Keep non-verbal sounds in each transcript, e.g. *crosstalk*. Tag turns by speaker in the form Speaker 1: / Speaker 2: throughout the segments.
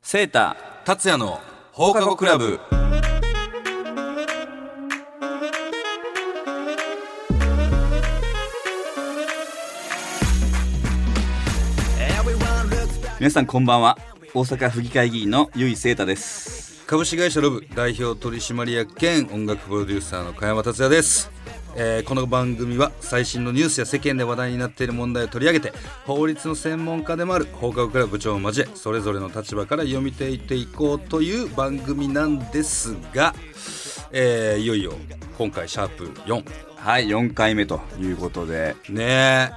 Speaker 1: セータ
Speaker 2: 達也の放課後クラブ
Speaker 1: 皆さんこんばんは大阪府議会議員の由井聖太です
Speaker 2: 株式会社ロブ代表取締役兼音楽プロデューサーの加山達也です、えーこの番組は最新のニュースや世間で話題になっている問題を取り上げて法律の専門家でもある放課後クラブ部長を交えそれぞれの立場から読み解いていこうという番組なんですが、えーいよいよ今回シャープ4
Speaker 1: はい4回目ということで
Speaker 2: ね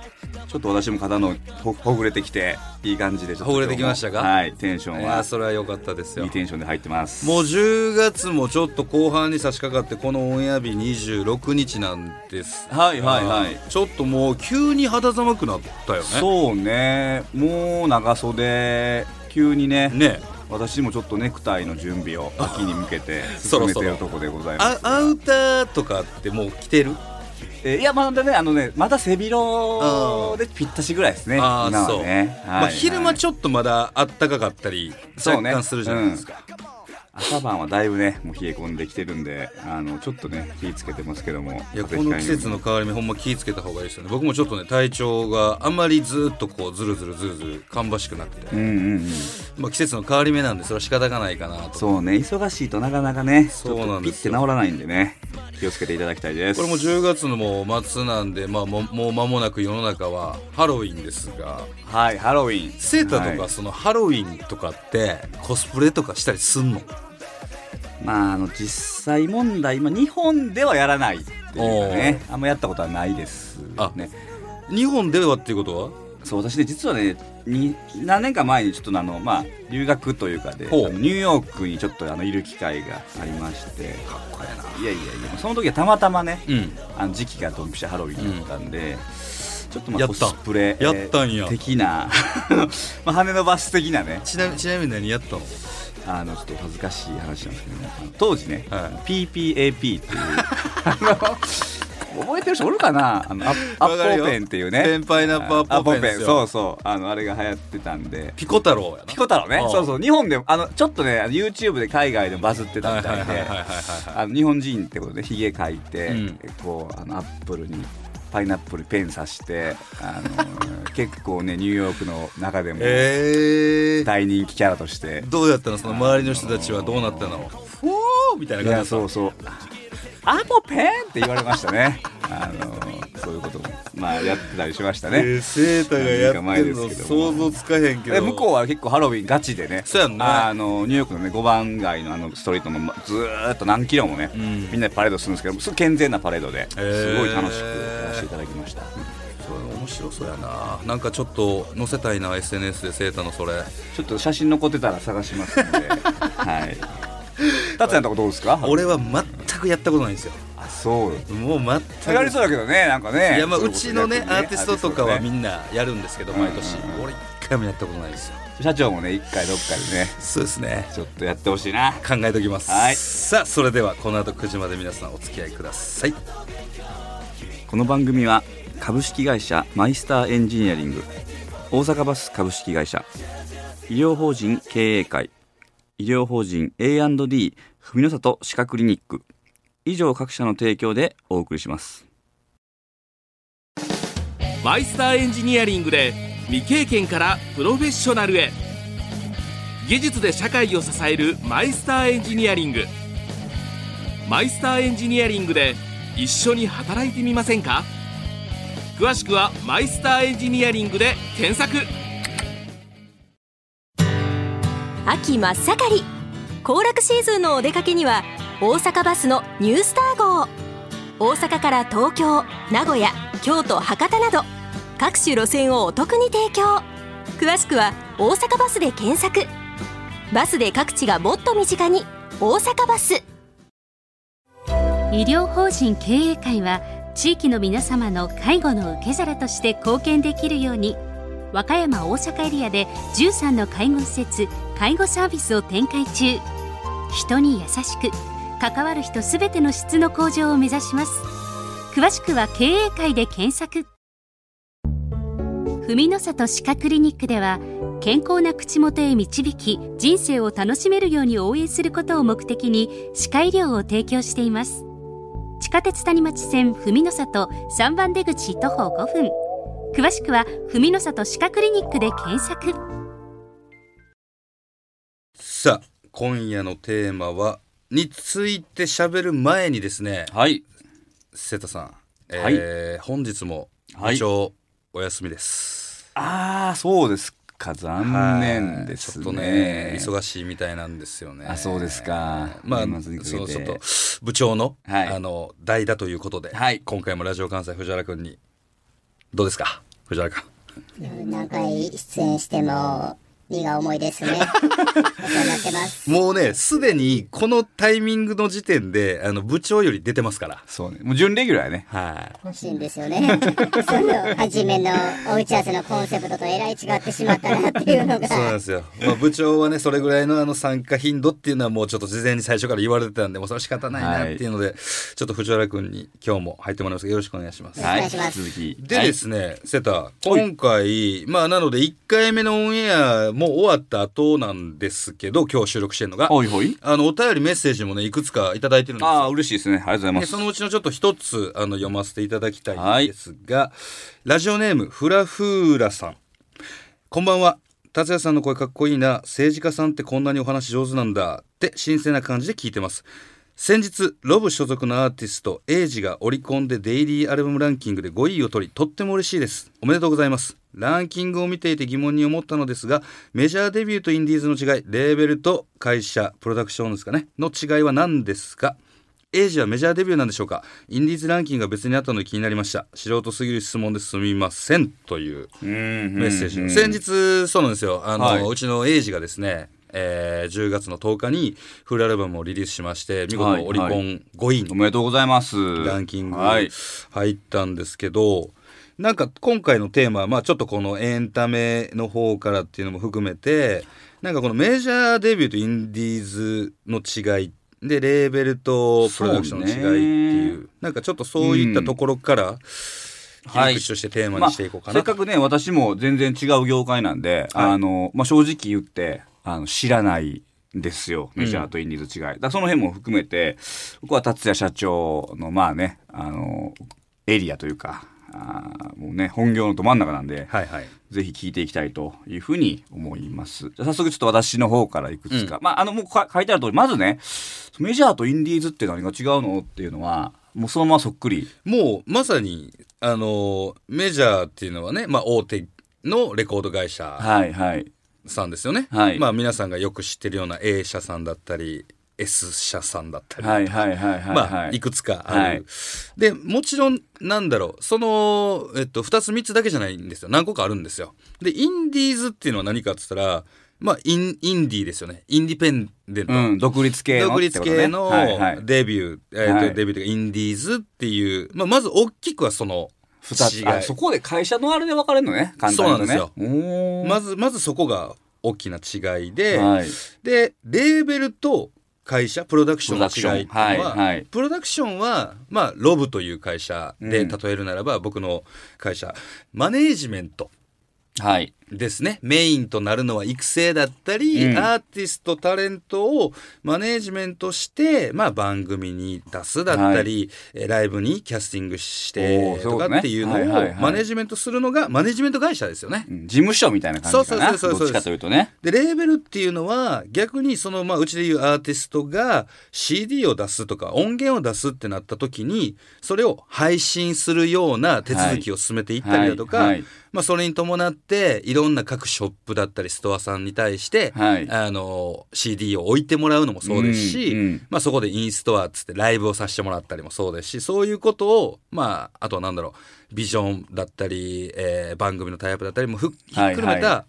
Speaker 1: ちょっと私も肩のほほぐれてきていい感じでちょっと
Speaker 2: ほぐれてきましたか
Speaker 1: はいテンショ
Speaker 2: え
Speaker 1: ン
Speaker 2: いや
Speaker 1: は
Speaker 2: それは良かったです
Speaker 1: い
Speaker 2: よ
Speaker 1: いテンションで入ってます
Speaker 2: もう10月もちょっと後半に差し掛かってこのオンエア日26日なんです
Speaker 1: はいはいはい
Speaker 2: ちょっともう急に肌寒くなったよね
Speaker 1: そうねもう長袖急にね
Speaker 2: ね
Speaker 1: 私もちょっとネクタイの準備を秋に向けて
Speaker 2: そ
Speaker 1: 進
Speaker 2: ろ
Speaker 1: め
Speaker 2: そ
Speaker 1: て
Speaker 2: ろ
Speaker 1: るとこでございます
Speaker 2: あアウターとかってもう着てる
Speaker 1: えーいやまだねあのねまだ背広でぴったしぐらいですね今
Speaker 2: ああそ
Speaker 1: は
Speaker 2: う、
Speaker 1: ね、はい
Speaker 2: まあ、昼間
Speaker 1: はい
Speaker 2: ちょっとまだあったかかったり
Speaker 1: そう
Speaker 2: 若
Speaker 1: ね
Speaker 2: 干するじゃないですか、
Speaker 1: 朝晩はだいぶねもう冷え込んできてるんであのちょっとね気ぃつけてますけども
Speaker 2: いや
Speaker 1: 風邪
Speaker 2: この
Speaker 1: ひかないよう
Speaker 2: 季
Speaker 1: に
Speaker 2: 節の変わり目ほんま気ぃつけた方がいいですよね僕もちょっとね体調があんまりずっとこうずるずるずるずる芳しくなくて、
Speaker 1: うんうんうん
Speaker 2: まあ、季節の変わり目なんでそれは仕方がないかなと
Speaker 1: そうね忙しいとなかなかねち
Speaker 2: そう
Speaker 1: ょっ
Speaker 2: な
Speaker 1: と
Speaker 2: ん
Speaker 1: ピ
Speaker 2: で
Speaker 1: ッ
Speaker 2: す
Speaker 1: て
Speaker 2: よ
Speaker 1: 治らないんでね気をつけていただきたいです
Speaker 2: これも10月のもう末なんで、まあ、もうもう間もなく世の中はハロウィンですが
Speaker 1: はいハロウィン
Speaker 2: セーターと
Speaker 1: は
Speaker 2: か
Speaker 1: い
Speaker 2: そのハロウィンとかってコスプレとかしたりすんの、
Speaker 1: まああの実際問題、まあ、日本ではやらないっていうかねあんまやったことはないです
Speaker 2: あ
Speaker 1: ね
Speaker 2: 日本ではっていうことは
Speaker 1: そう私ね実はねに何年か前にちょっとあの、まあ、留学というかであ
Speaker 2: ほう
Speaker 1: のニューヨークにちょっとあのいる機会がありまして
Speaker 2: かっこええ
Speaker 1: いやいやいやその時はたまたまね、
Speaker 2: うん
Speaker 1: あの時期がドンピシャハロウィンだったんで、ちょっとま
Speaker 2: や
Speaker 1: あ
Speaker 2: っ
Speaker 1: コ
Speaker 2: た
Speaker 1: スプレ
Speaker 2: やったんや
Speaker 1: 的な *laughs* まあ羽伸ばし的なね
Speaker 2: ちなみちなみに何やったの
Speaker 1: あのちょっと恥ずかしい話なんですけど、ね、あの当時ね、
Speaker 2: は
Speaker 1: PPAP っていうあの覚えてる人おるかなあのアッア
Speaker 2: わかる
Speaker 1: ッ
Speaker 2: よ
Speaker 1: ポーペンっていうね
Speaker 2: ペンパイナップアッポーペンですよ
Speaker 1: そうそうあのあれが流行ってたんで
Speaker 2: ピコ太郎やな
Speaker 1: ピコ太郎ね
Speaker 2: ああ
Speaker 1: そうそう日本でもあのちょっとねあの YouTube で海外でもバズってた
Speaker 2: はい
Speaker 1: み
Speaker 2: はい
Speaker 1: た
Speaker 2: はい
Speaker 1: い
Speaker 2: はいはい
Speaker 1: で
Speaker 2: はい
Speaker 1: あの日本人ってことでひげ描いて、
Speaker 2: うん
Speaker 1: こうあのアップルにパイナップルペン刺してあ
Speaker 2: *laughs*
Speaker 1: の結構ねニューヨークの中でも
Speaker 2: えー、
Speaker 1: 大人気キャラとして、
Speaker 2: どうやったのその周りの人たちはどうなったのふおーみたい
Speaker 1: い
Speaker 2: な感
Speaker 1: や
Speaker 2: じだっ
Speaker 1: そうそうアポペンって言われましたねあのそういうこともまあやってたりしました
Speaker 2: た、え
Speaker 1: ね、
Speaker 2: ー、セーターがやってるの想像つかへんけ
Speaker 1: で
Speaker 2: ど
Speaker 1: 向こうは結構ハロウィンガチでね
Speaker 2: そうやんね
Speaker 1: あのニューヨークのね5番街のあのストリートのまずーっと何キロもね、
Speaker 2: うん
Speaker 1: みんなでパレードするんですけどすごい健全なパレードで
Speaker 2: へー
Speaker 1: すごい楽しくやらせていただきました、
Speaker 2: そう面白そうやななんかちょっと載せたいな SNS でセーターのそれ
Speaker 1: ちょっと写真残ってたら探しますの
Speaker 2: *laughs*
Speaker 1: ではい達也のとこどうですか
Speaker 2: 俺は全くやったことないんですよ
Speaker 1: あそう
Speaker 2: もう全く
Speaker 1: やりそうだけどねなんかね
Speaker 2: いやまあ
Speaker 1: そういこ
Speaker 2: ち
Speaker 1: と
Speaker 2: のね
Speaker 1: やって
Speaker 2: アーティストとかは
Speaker 1: アーティストね
Speaker 2: みんなやるんですけど
Speaker 1: うんうんう
Speaker 2: 毎
Speaker 1: ん
Speaker 2: 年俺一回もやったことないですよ
Speaker 1: 社長もね一回どっかでね
Speaker 2: そうですね
Speaker 1: ちょっとやってほしいな
Speaker 2: 考えときます、
Speaker 1: はい
Speaker 2: さあそれではこの後9時まで皆さんお付き合いください
Speaker 1: この番組は株式会社マイスターエンジニアリング大阪バス株式会社医療法人経営会医療法人 A&D 文の里歯科クリニック以上各社の提供でお送りします
Speaker 3: マイスターエンジニアリングで未経験からプロフェッショナルへ技術で社会を支えるマイスターエンジニアリングマイスターエンジニアリングで一緒に働いてみませんか詳しくは「マイスターエンジニアリング」で検索
Speaker 4: 秋真っ盛り行楽シーズンのお出かけには大阪バスのニュースター号大阪から東京名古屋京都博多など各種路線をお得に提供詳しくは「大阪バス」で検索バスで各地がもっと身近に「大阪バス」
Speaker 5: 医療法人経営会は地域の皆様の介護の受け皿として貢献できるように和歌山大阪エリアで13の介護施設介護サービスを展開中人に優しく関わる人すべての質の向上を目指します詳しくは経営会で検索文の里歯科クリニックでは健康な口元へ導き人生を楽しめるように応援することを目的に歯科医療を提供しています地下鉄谷町線文の里3番出口徒歩5分詳しくは文の里歯科クリニックで検索
Speaker 2: さあ今夜のテーマはについて喋る前にですね
Speaker 1: はい
Speaker 2: 瀬田さん、え
Speaker 1: はい
Speaker 2: ー本日も
Speaker 1: はい
Speaker 2: 一応お休みです、
Speaker 1: ああそうですか残念ですね
Speaker 2: はいちょっとね忙しいみたいなんですよね
Speaker 1: あそうですか
Speaker 2: まあ
Speaker 1: 年末にかけて
Speaker 2: そうちょっと部長の,、
Speaker 1: はい
Speaker 2: あの代だということで、
Speaker 1: はい
Speaker 2: 今回もラジオ関西藤原君にどうですか藤原君
Speaker 6: 何回出演しても荷が重いですね。お世話になってます。
Speaker 2: もうねすでにこのタイミングの時点であの部長より出てますから
Speaker 1: そうねもう準レギュラーやね
Speaker 2: はい
Speaker 6: 欲しいんですよね。その初めのお打ち合わせのコンセプトとえらい違ってしまったなっていうのが。
Speaker 2: そうなんですよ。まあ、部長はね、それぐらいのあの参加頻度っていうのはもうちょっと事前に最初から言われてたんで、もうそれは仕方ないなっていうので、ちょっと藤原君に今日も入ってもらいますけど、よろしくお願いします。
Speaker 6: お願いします
Speaker 1: 続き
Speaker 2: でですね、セタ、今回、まあなので1回目のオンエアもう終わった後なんですけど、今日収録してるのが、
Speaker 1: はいほいほい
Speaker 2: あの、お便りメッセージもね、いくつかいただいてるんですよ
Speaker 1: ああ嬉しいですねありがとうございま
Speaker 2: ですそのうちのちょっと一つあの読ませていただきたいんですが、ラジオネームフラフーラさんこんばんは達也さんの声かっこいいな政治家さんってこんなにお話上手なんだって新鮮な感じで聞いてます先日ロブ所属のアーティストエイジがオリコンでデイリーアルバムランキングで5位を取りとっても嬉しいですおめでとうございますランキングを見ていて疑問に思ったのですがメジャーデビューとインディーズの違いレーベルと会社プロダクションですかねの違いは何ですかエイジはメジャーデビューなんでしょうかインディーズランキングが別にあったので気になりました素人すぎる質問ですみませんというメッセージを先日そうなんですよあの、
Speaker 1: はいう
Speaker 2: ちのエイジがですね、えー10月の10日にフルアルバムをリリースしまして見
Speaker 1: はい
Speaker 2: 事オリコン5位
Speaker 1: お
Speaker 2: の
Speaker 1: めでとうございます
Speaker 2: ランキング
Speaker 1: はい
Speaker 2: 入ったんですけど、なんか今回のテーマは、まあ、ちょっとこのエンタメの方からっていうのも含めてなんかこのメジャーデビューとインディーズの違いでレーベルとプロダクションの違いっていう
Speaker 1: そう
Speaker 2: なんかちょっとそういったところから切
Speaker 1: はい
Speaker 2: り口としてテーマ
Speaker 1: まあ
Speaker 2: にしていこうかな
Speaker 1: せっ
Speaker 2: と、
Speaker 1: かくね私も全然違う業界なんで、
Speaker 2: はい
Speaker 1: あのまあ、正直言ってあの知らないんですよメジャーとインディーズ違い、だからその辺も含めて僕は達也社長のまあねあのエリアというかあーもうね本業のど真ん中なんで、
Speaker 2: はいはい
Speaker 1: ぜひ聞いていきたいというふうに思います。じゃあ早速ちょっと私の方からいくつか。まあ、あの、もうか書いてある通り、まずね、メジャーとインディーズって何が違うのっていうのは、もうそのままそっくり。
Speaker 2: もうまさにあのーメジャーっていうのはね、まあ、大手のレコード会社
Speaker 1: はいはい。
Speaker 2: さんですよね、
Speaker 1: はい
Speaker 2: まあ、皆さんがよく知ってるような A 社さんだったり S 社さんだったり、
Speaker 1: はいはいはいはい、はい。
Speaker 2: まあ、いくつかある、
Speaker 1: はい
Speaker 2: でもちろんなんだろうその、えっと、2つ3つだけじゃないんですよ何個かあるんですよでインディーズっていうのは何かって言ったらまあインインディーですよねインディペンデント、
Speaker 1: うん、独立系の
Speaker 2: 独
Speaker 1: って
Speaker 2: 立
Speaker 1: ことね、
Speaker 2: 系の
Speaker 1: はいはい、
Speaker 2: デビュー、えーと
Speaker 1: はい
Speaker 2: デビューというかインディーズっていう、まあ、まず大きくはその
Speaker 1: 二つ
Speaker 2: 違い
Speaker 1: あそこで会社のあれで分かれるのね簡単に、ね、
Speaker 2: そ
Speaker 1: な
Speaker 2: う
Speaker 1: んですよ
Speaker 2: まずまずそこが大きな違いで、
Speaker 1: はい
Speaker 2: でレーベルと会社プロダクションの違いっていうのは、
Speaker 1: プロダクションはいはい
Speaker 2: プロダクションは、まあ、ロブという会社
Speaker 1: う
Speaker 2: で
Speaker 1: ん
Speaker 2: 例えるならば、僕の会社マネージメント
Speaker 1: はい
Speaker 2: ですねメインとなるのは育成だったり、
Speaker 1: うん
Speaker 2: アーティストタレントをマネージメントして、まあ、番組に出すだったり、えライブにキャスティングして
Speaker 1: おーそういう
Speaker 2: と
Speaker 1: こ
Speaker 2: か
Speaker 1: とね
Speaker 2: っていうのを
Speaker 1: はいはいはい
Speaker 2: マネージメントするのがマネージメント会社ですよね。
Speaker 1: うん事務所みたいな感じかな
Speaker 2: そうそうそうそう
Speaker 1: どっちかというとね
Speaker 2: でレーベルっていうのは逆にその、まあ、うちでいうアーティストが CD を出すとか音源を出すってなった時にそれを配信するような手続きを進めていったりだとか、
Speaker 1: はいはい
Speaker 2: まあ、それに伴っていろんな各ショップだったりストアさんに対して、
Speaker 1: はい
Speaker 2: あの CD を置いてもらうのもそうですし、
Speaker 1: うんうん
Speaker 2: まあ、そこでインストアっつってライブをさせてもらったりもそうですしそういうことを、まあ、あとはなんだろうビジョンだったり、えー番組のタイアップだったりもふっひっくる
Speaker 1: は
Speaker 2: めた、
Speaker 1: いは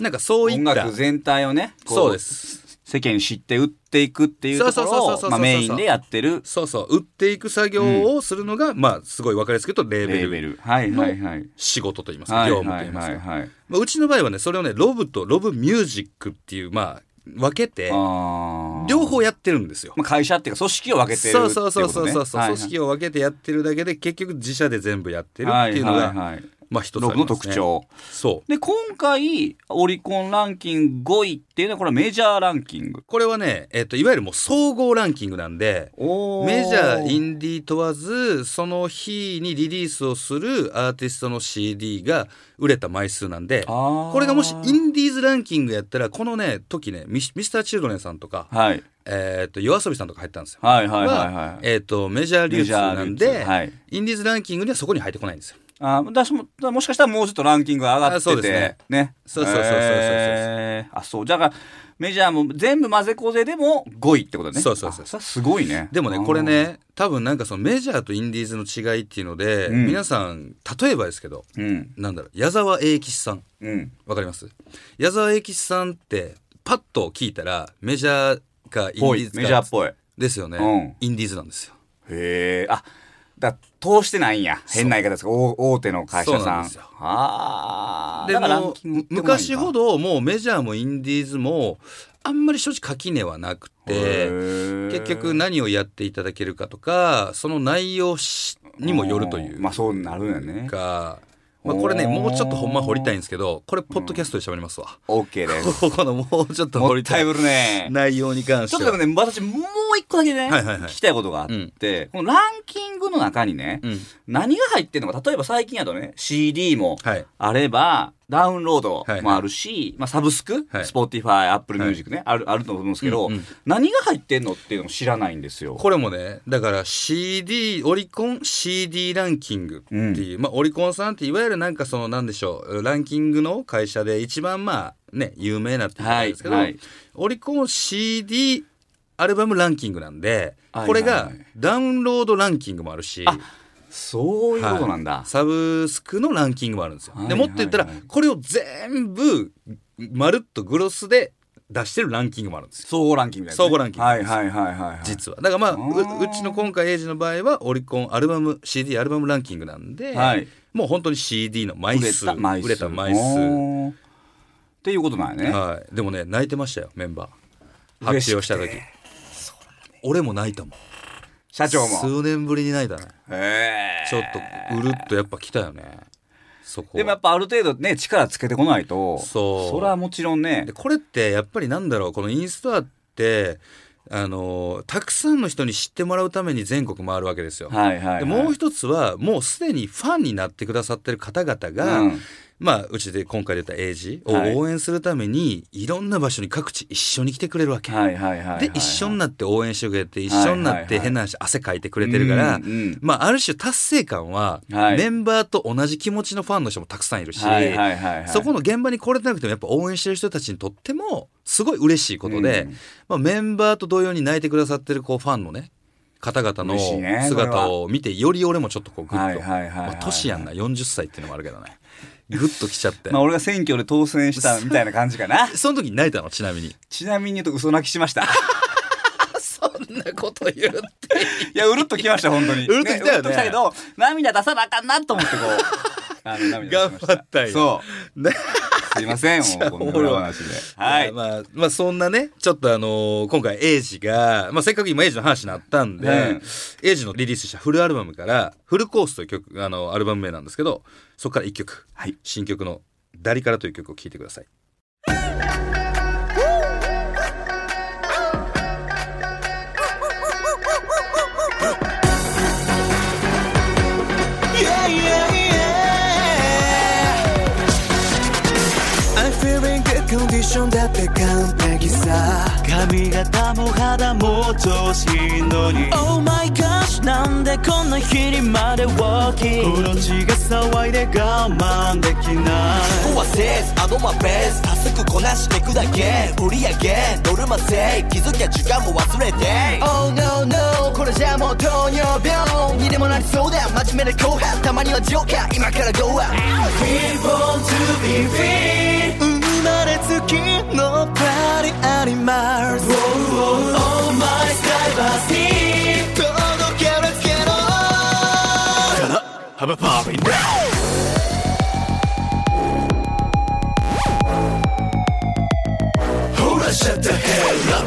Speaker 2: なんかそうい
Speaker 1: 音
Speaker 2: った
Speaker 1: 楽全体をねこ
Speaker 2: そうです
Speaker 1: 世間に知って売っていくっていうとこ
Speaker 2: そうそうそう
Speaker 1: ろ
Speaker 2: そうそうそう
Speaker 1: をまあメインでやってる
Speaker 2: そうそう売っていく作業をするのが、まあすごい分かりやすく言うとレーベ
Speaker 1: レ
Speaker 2: ル
Speaker 1: ーベルはいはいはい
Speaker 2: 仕事といいますか、
Speaker 1: はい
Speaker 2: 業
Speaker 1: はい
Speaker 2: 務と
Speaker 1: はい
Speaker 2: いいますか、
Speaker 1: はいはい
Speaker 2: まあ、うちの場合はねそれをねロブとロブミュージックっていうまあ分けて
Speaker 1: あー
Speaker 2: 両方やってるんですよ
Speaker 1: まあ会社っていうか組織を分けてるって
Speaker 2: そ
Speaker 1: こ
Speaker 2: うそうそうそ
Speaker 1: と
Speaker 2: う
Speaker 1: ね
Speaker 2: そうそう、
Speaker 1: はいはい
Speaker 2: 組織を分けてやってるだけで結局自社で全部やってるっていうのが、
Speaker 1: はいはいはい
Speaker 2: まあ一つ
Speaker 1: ロ
Speaker 2: あ
Speaker 1: グ
Speaker 2: り
Speaker 1: の
Speaker 2: ますね
Speaker 1: 特徴。
Speaker 2: そう
Speaker 1: で今回オリコンランキング5位っていうのはこれはメジャーランキング
Speaker 2: これはね、えっと、いわゆるもう総合ランキングなんでメジャーインディー問わずその日にリリースをするアーティストの CD が売れた枚数なんでこ
Speaker 1: こ
Speaker 2: れがもしインディーズランキングやったらこのね時ねミシミスターチルドレンさんとか、
Speaker 1: はい
Speaker 2: えっと夜遊びさんとか入ったんですよ。
Speaker 1: はいはいはいは
Speaker 2: はいえっとメジャー流通なん
Speaker 1: メジャー流
Speaker 2: で、
Speaker 1: 通はい
Speaker 2: インディーズランキングにはそこに入ってこないんですよ。
Speaker 1: あーだしもだもしかしたらもうちょっとランキングが上が
Speaker 2: あ
Speaker 1: って
Speaker 2: そう
Speaker 1: て
Speaker 2: ですね
Speaker 1: ね
Speaker 2: そうそうそうそうそうそう
Speaker 1: えーあそうじゃあメジャーも全部混ぜこぜでも5位ってことね
Speaker 2: そうそうそう
Speaker 1: あそれはすごいね
Speaker 2: でもね
Speaker 1: あー
Speaker 2: これね多分なんかそのメジャーとインディーズの違いっていうので、
Speaker 1: うん
Speaker 2: 皆さん例えばですけど
Speaker 1: うん
Speaker 2: なんだろう矢沢永吉さん
Speaker 1: うん
Speaker 2: わかります矢沢永吉さんってパッと聞いたらメジャーかインデ
Speaker 1: ぽ
Speaker 2: ィー
Speaker 1: い
Speaker 2: ズか
Speaker 1: メジャーっぽいへ
Speaker 2: ですよね、
Speaker 1: う
Speaker 2: インディーズなんですよ。
Speaker 1: えあだ通してないんや変な言い方ですか大大手の会社さん
Speaker 2: そうなんですよ
Speaker 1: あー
Speaker 2: で
Speaker 1: だからラ
Speaker 2: も
Speaker 1: ンキング売っ
Speaker 2: う
Speaker 1: てこないんか
Speaker 2: 昔ほどもうメジャーもインディーズもあんまり正直垣根はなく
Speaker 1: へ
Speaker 2: て
Speaker 1: ー
Speaker 2: 結局何をやっていただけるかとかその内容しにもよるという
Speaker 1: まあそうなるよね
Speaker 2: か、まあ、これね
Speaker 1: おー
Speaker 2: もうちょっとほんま掘りたいんですけどこれポッドキャストで喋りますわ、
Speaker 1: OK です
Speaker 2: *laughs* ここのもうちょっと掘
Speaker 1: もっ
Speaker 2: りた
Speaker 1: た
Speaker 2: い
Speaker 1: いぶるね
Speaker 2: 内容に関し
Speaker 1: ちょってとでも
Speaker 2: は
Speaker 1: ね私もう一個だけね、
Speaker 2: はいはいはい
Speaker 1: 聞きたいことがあって、このランキングの中にね、
Speaker 2: うん
Speaker 1: 何が入ってるのか例えば最近やとね CD も
Speaker 2: はい
Speaker 1: あればダウンロード
Speaker 2: はいはい
Speaker 1: もあるし、まあ、サブスク、
Speaker 2: はい
Speaker 1: Spotify、Apple Music ね、あるあると思うんですけど、
Speaker 2: うんうん
Speaker 1: 何が入ってんのっていうのも知らないんですよ。
Speaker 2: これもねだから CD オリコン CD ランキングっていう、まあオリコンさんっていわゆるなんかそのなんでしょうランキングの会社で一番まあね有名なっていうことなんですけど、
Speaker 1: はいはい
Speaker 2: オリコン CD アルバムランキングなんで、
Speaker 1: はい
Speaker 2: これ
Speaker 1: はい
Speaker 2: が
Speaker 1: はい
Speaker 2: ダウンロードランキングもあるし、
Speaker 1: あそういうことなんだ。
Speaker 2: はいサブスクのランキングもあるんですよ。
Speaker 1: はい
Speaker 2: でもっと言ったら、
Speaker 1: はいはい
Speaker 2: これを全部まるっとグロスで出してるランキングもあるんですよ
Speaker 1: 総合ランキングみたいな、
Speaker 2: 総合ランキング
Speaker 1: はいはいはいはい、はい。
Speaker 2: 実はだからまあ
Speaker 1: ー
Speaker 2: ううちの今回エイジの場合はオリコンアルバム CD アルバムランキングなんで、
Speaker 1: はい
Speaker 2: もう本当に CD の枚数
Speaker 1: 売れた
Speaker 2: 枚数
Speaker 1: おーっていうことなんやね。
Speaker 2: はい、でもね泣いてましたよメンバー
Speaker 1: 嬉
Speaker 2: 発
Speaker 1: しく
Speaker 2: 表
Speaker 1: て
Speaker 2: した時俺も泣いたもん
Speaker 1: 社長も。
Speaker 2: 数年ぶりに泣いたね
Speaker 1: へー
Speaker 2: ちょっとうるっとやっぱ来たよねそこは
Speaker 1: でもやっぱある程度ね力つけてこないと
Speaker 2: そう
Speaker 1: それはもちろんね
Speaker 2: でこれってやっぱりなんだろうこのインストアってあのたくさんの人に知ってもらうために全国回るわけですよ。
Speaker 1: はいはい、はい、
Speaker 2: でもう一つはもうすでにファンになってくださってる方々が、
Speaker 1: うん
Speaker 2: まあうちで今回出たエイジを
Speaker 1: はい
Speaker 2: 応援するために、い、ろんな場所に各地一緒に来てくれるわけ。
Speaker 1: はいはいはいはい
Speaker 2: で一緒になって応援してくれて一
Speaker 1: はい
Speaker 2: 緒になっ
Speaker 1: はい
Speaker 2: て
Speaker 1: はい
Speaker 2: 変な話汗かいてくれてるから、
Speaker 1: うんうん
Speaker 2: まあある種達成感は
Speaker 1: はい
Speaker 2: メンバーと同じ気持ちのファンの人もたくさんいるし、
Speaker 1: はいはいはいはい
Speaker 2: そこの現場に来れてなくてもやっぱ応援してる人たちにとってもすごい嬉しいことで、
Speaker 1: うん
Speaker 2: まあ、メンバーと同様に泣いてくださってるこうファンのね方々の
Speaker 1: 嬉しいねそれは
Speaker 2: 姿を見てより俺もちょっとこうグッと、
Speaker 1: はいはいはいはい
Speaker 2: まあ、年やんな40歳っていうのもあるけどねグッときちゃって、
Speaker 1: *laughs* まあ俺が選挙で当選したみたいな感じかな
Speaker 2: その時に泣いたのちなみに
Speaker 1: ちなみに言うと嘘泣きしました
Speaker 2: そんなこと言う
Speaker 1: いやうるっときました本当に
Speaker 2: *laughs* うるっときたよね
Speaker 1: うるっときたけど涙出さなあかんなと思ってこうあの涙出しました
Speaker 2: 頑張ったよ
Speaker 1: そう、
Speaker 2: ね
Speaker 1: すいませんもう
Speaker 2: *laughs*
Speaker 1: こんな裏話ではい
Speaker 2: まあ、まあ、そんなね、ちょっとあのー今回、エイジが、まあ、せっかく今、エイジの話になったんで、
Speaker 1: うん
Speaker 2: エイジのリリースしたフルアルバムから、フルコースという曲、あの、アルバム名なんですけど、そこから1曲、
Speaker 1: はい
Speaker 2: 新曲の、ダリからという曲を聴いてください。
Speaker 7: Yeah, yeah, yeah. I'm feeling good condition だって完璧さ髪型も肌も調子いいのに Oh my gosh なんでこんな日にまで walking この血が騒いで我慢できない怖せずアドマベースタスクこなしてくだけ売り上げノルマ制気づきゃ時間も忘れて Oh no no これじゃもう糖尿病にでもなりそうだ真面目な後輩たまにはジョーカー今から Go out We born to be free 生まれつきのパリアニマル Oh my diversity 届けるけどほら shut the hell up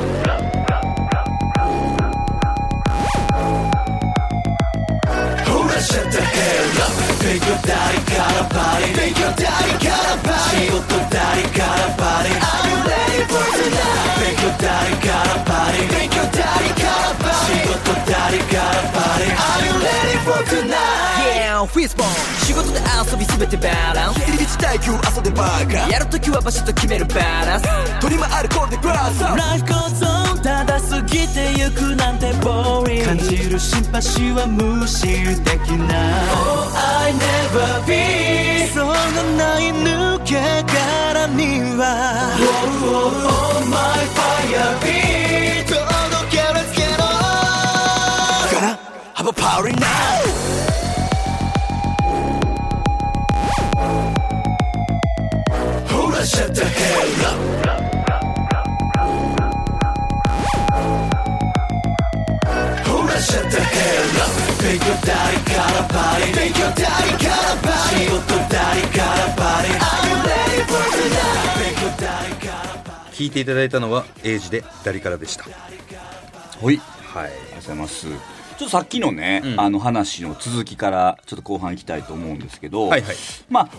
Speaker 7: ほら shut the hell up Make your daddy gotta party Make your daddy gotta party 仕事daddy gotta party Are you ready for tonight? Make your daddy gotta party Make your daddy gotta party 仕事 daddy gotta party Are you ready for tonight? Yeah, f i s t b o n 仕事で遊びすべてバランス入り口耐久朝でバーガーやるときはバシッと決めるバランス取り回るコールでグラスライフゴーゾーンただ過ぎてゆくなんてボーリング感じるシンパシーは無視できない Oh I never be そのない抜け殻には Oh, oh, oh my fire be 届けるけど Gonna have a party now ほら shut the hell up Hold on, shut the hell up. Make your daddy gotta party. Make your daddy gotta party. 仕事 daddy gotta party. Are you ready for tonight? Make your daddy gotta party.
Speaker 2: 聞いていただいたのはエイジで「ダリカラ」でした
Speaker 1: ほい
Speaker 2: はい
Speaker 1: ありがとうございます。ちょっとさっきのね、
Speaker 2: うん
Speaker 1: あの話の続きからちょっと後半行きたいと思うんですけど、
Speaker 2: はいはい
Speaker 1: まあ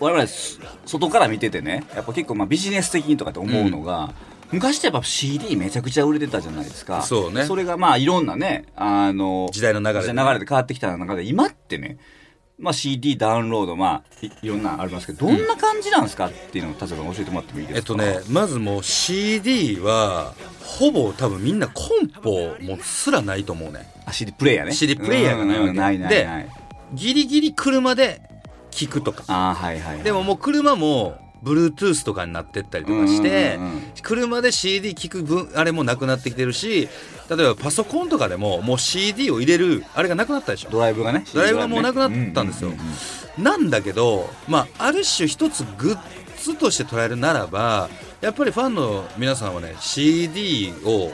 Speaker 1: 我々す外から見ててねやっぱ結構まあビジネス的にとかって思うのが、昔ってやっぱ CD めちゃくちゃ売れてたじゃないですか
Speaker 2: そうね
Speaker 1: それがまあいろんなねあの
Speaker 2: 時代の流れでね
Speaker 1: 時代の流れで変わってきた中で今ってねまあ、CD ダウンロード、まあ、いいろんなのありますけどどんな感じなんですかっていうのを達也さん教えてもらってもいいで
Speaker 2: えっ
Speaker 1: すか
Speaker 2: とねまずもう CD はほぼ多分みんなコンポもすらないと思うね
Speaker 1: あ CD プレイヤーね
Speaker 2: CD プレイヤーがないわけ
Speaker 1: うんないない
Speaker 2: で
Speaker 1: ない
Speaker 2: ギリギリ車で聞くとか
Speaker 1: あーはいはいはい
Speaker 2: でももう車も Bluetooth とかになってったりとかして、
Speaker 1: うんうんうんうん
Speaker 2: 車で CD 聞く分あれもなくなってきてるし例えばパソコンとかでももう CD を入れるあれがなくなったでしょ
Speaker 1: ドライブがね
Speaker 2: ドライブがもうなくなったんですよ、なんだけど、まあ、ある種一つグッズとして捉えるならばやっぱりファンの皆さんはね CD を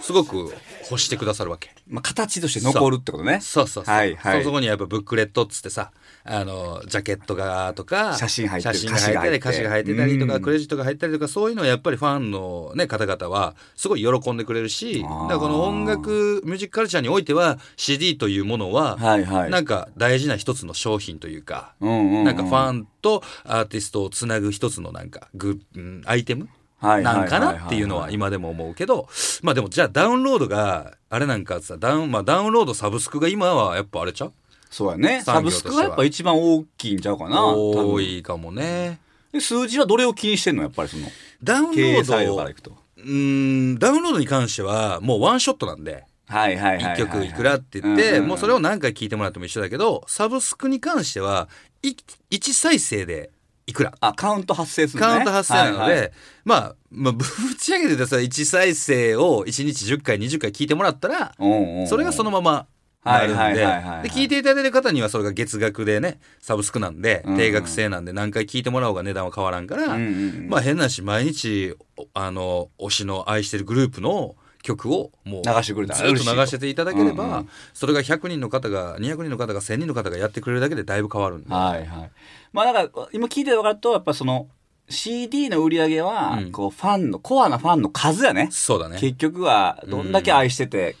Speaker 2: すごく欲してくださるわけ
Speaker 1: まあ、形として残るってことね
Speaker 2: そうそうそう。
Speaker 1: はいはい
Speaker 2: そそこにやっぱブックレットっつってさ、あの、ジャケットがとか、
Speaker 1: 写真入ってる
Speaker 2: 写真が入ったり、歌
Speaker 1: 歌
Speaker 2: 詞
Speaker 1: 詞
Speaker 2: が
Speaker 1: が
Speaker 2: 入
Speaker 1: 入
Speaker 2: っ
Speaker 1: ってて
Speaker 2: たりと
Speaker 1: う
Speaker 2: か、
Speaker 1: ん
Speaker 2: クレジットが入ったりとか、そういうのはやっぱりファンのね、方々は、すごい喜んでくれるし、だ
Speaker 1: あー
Speaker 2: からこの音楽、ミュージックカルチャーにおいては、CD というものは、
Speaker 1: はいはい
Speaker 2: なんか大事な一つの商品というか、
Speaker 1: うんうんうん
Speaker 2: なんかファンとアーティストをつなぐ一つのなんかグッ、うんアイテム
Speaker 1: はいはいはい
Speaker 2: な
Speaker 1: は
Speaker 2: ん
Speaker 1: い
Speaker 2: かなっていうのは今でも思うけど、まあでもじゃあダウンロードが、あれなんかさ、ダウン、まあダウンロードサブスクが今はやっぱあれちゃう
Speaker 1: そうやねサ
Speaker 2: 産
Speaker 1: ブ
Speaker 2: 業とし
Speaker 1: ス
Speaker 2: て
Speaker 1: ク
Speaker 2: は
Speaker 1: がやっぱ一番大きいんちゃうかな多
Speaker 2: 多
Speaker 1: 分
Speaker 2: いかもね。
Speaker 1: で数字はどれを気にしてんのやっぱりその
Speaker 2: ダウンロ
Speaker 1: 経営
Speaker 2: ー
Speaker 1: サイ
Speaker 2: ド
Speaker 1: ド
Speaker 2: を
Speaker 1: からいくと
Speaker 2: うーん、ダウンロードに関してはもうワンショットなんで、
Speaker 1: はいはいはいは
Speaker 2: 一
Speaker 1: い
Speaker 2: 曲いくらって言
Speaker 1: う
Speaker 2: っ
Speaker 1: んうん
Speaker 2: て、
Speaker 1: うん
Speaker 2: もうそれを何回聞いてもらっても一緒だけど、サブスクに関しては、い一再生でいくら
Speaker 1: あカウント発生するのね
Speaker 2: カウント発生なので、
Speaker 1: はいはい
Speaker 2: まあ、まあ、ぶち上げてたらさ、1再生を1日10回、20回聞いてもらったら、
Speaker 1: うんうんうん
Speaker 2: それがそのままなるんで、
Speaker 1: はいはいはいはいはい
Speaker 2: で、聞いていただいてる方にはそれが月額でね、サブスクなんで
Speaker 1: うんう、ん
Speaker 2: 定額制なんで何回聞いてもらおうが値段は変わらんから、
Speaker 1: うんうんうん
Speaker 2: まあ変な話、毎日、おあの、推しの愛してるグループの曲をもう
Speaker 1: 流してくれたら
Speaker 2: ずっと流
Speaker 1: 嬉しいと
Speaker 2: していただければ、
Speaker 1: うんうん
Speaker 2: それが100人の方が200人の方が1000人の方がやってくれるだけでだいぶ変わるんで、
Speaker 1: はいはいまあだから今聞いて分かるとやっぱその CD の売り上げは
Speaker 2: うん
Speaker 1: こうファンのコアなファンの数やね
Speaker 2: そうだね、
Speaker 1: 結局はどんだけ愛してて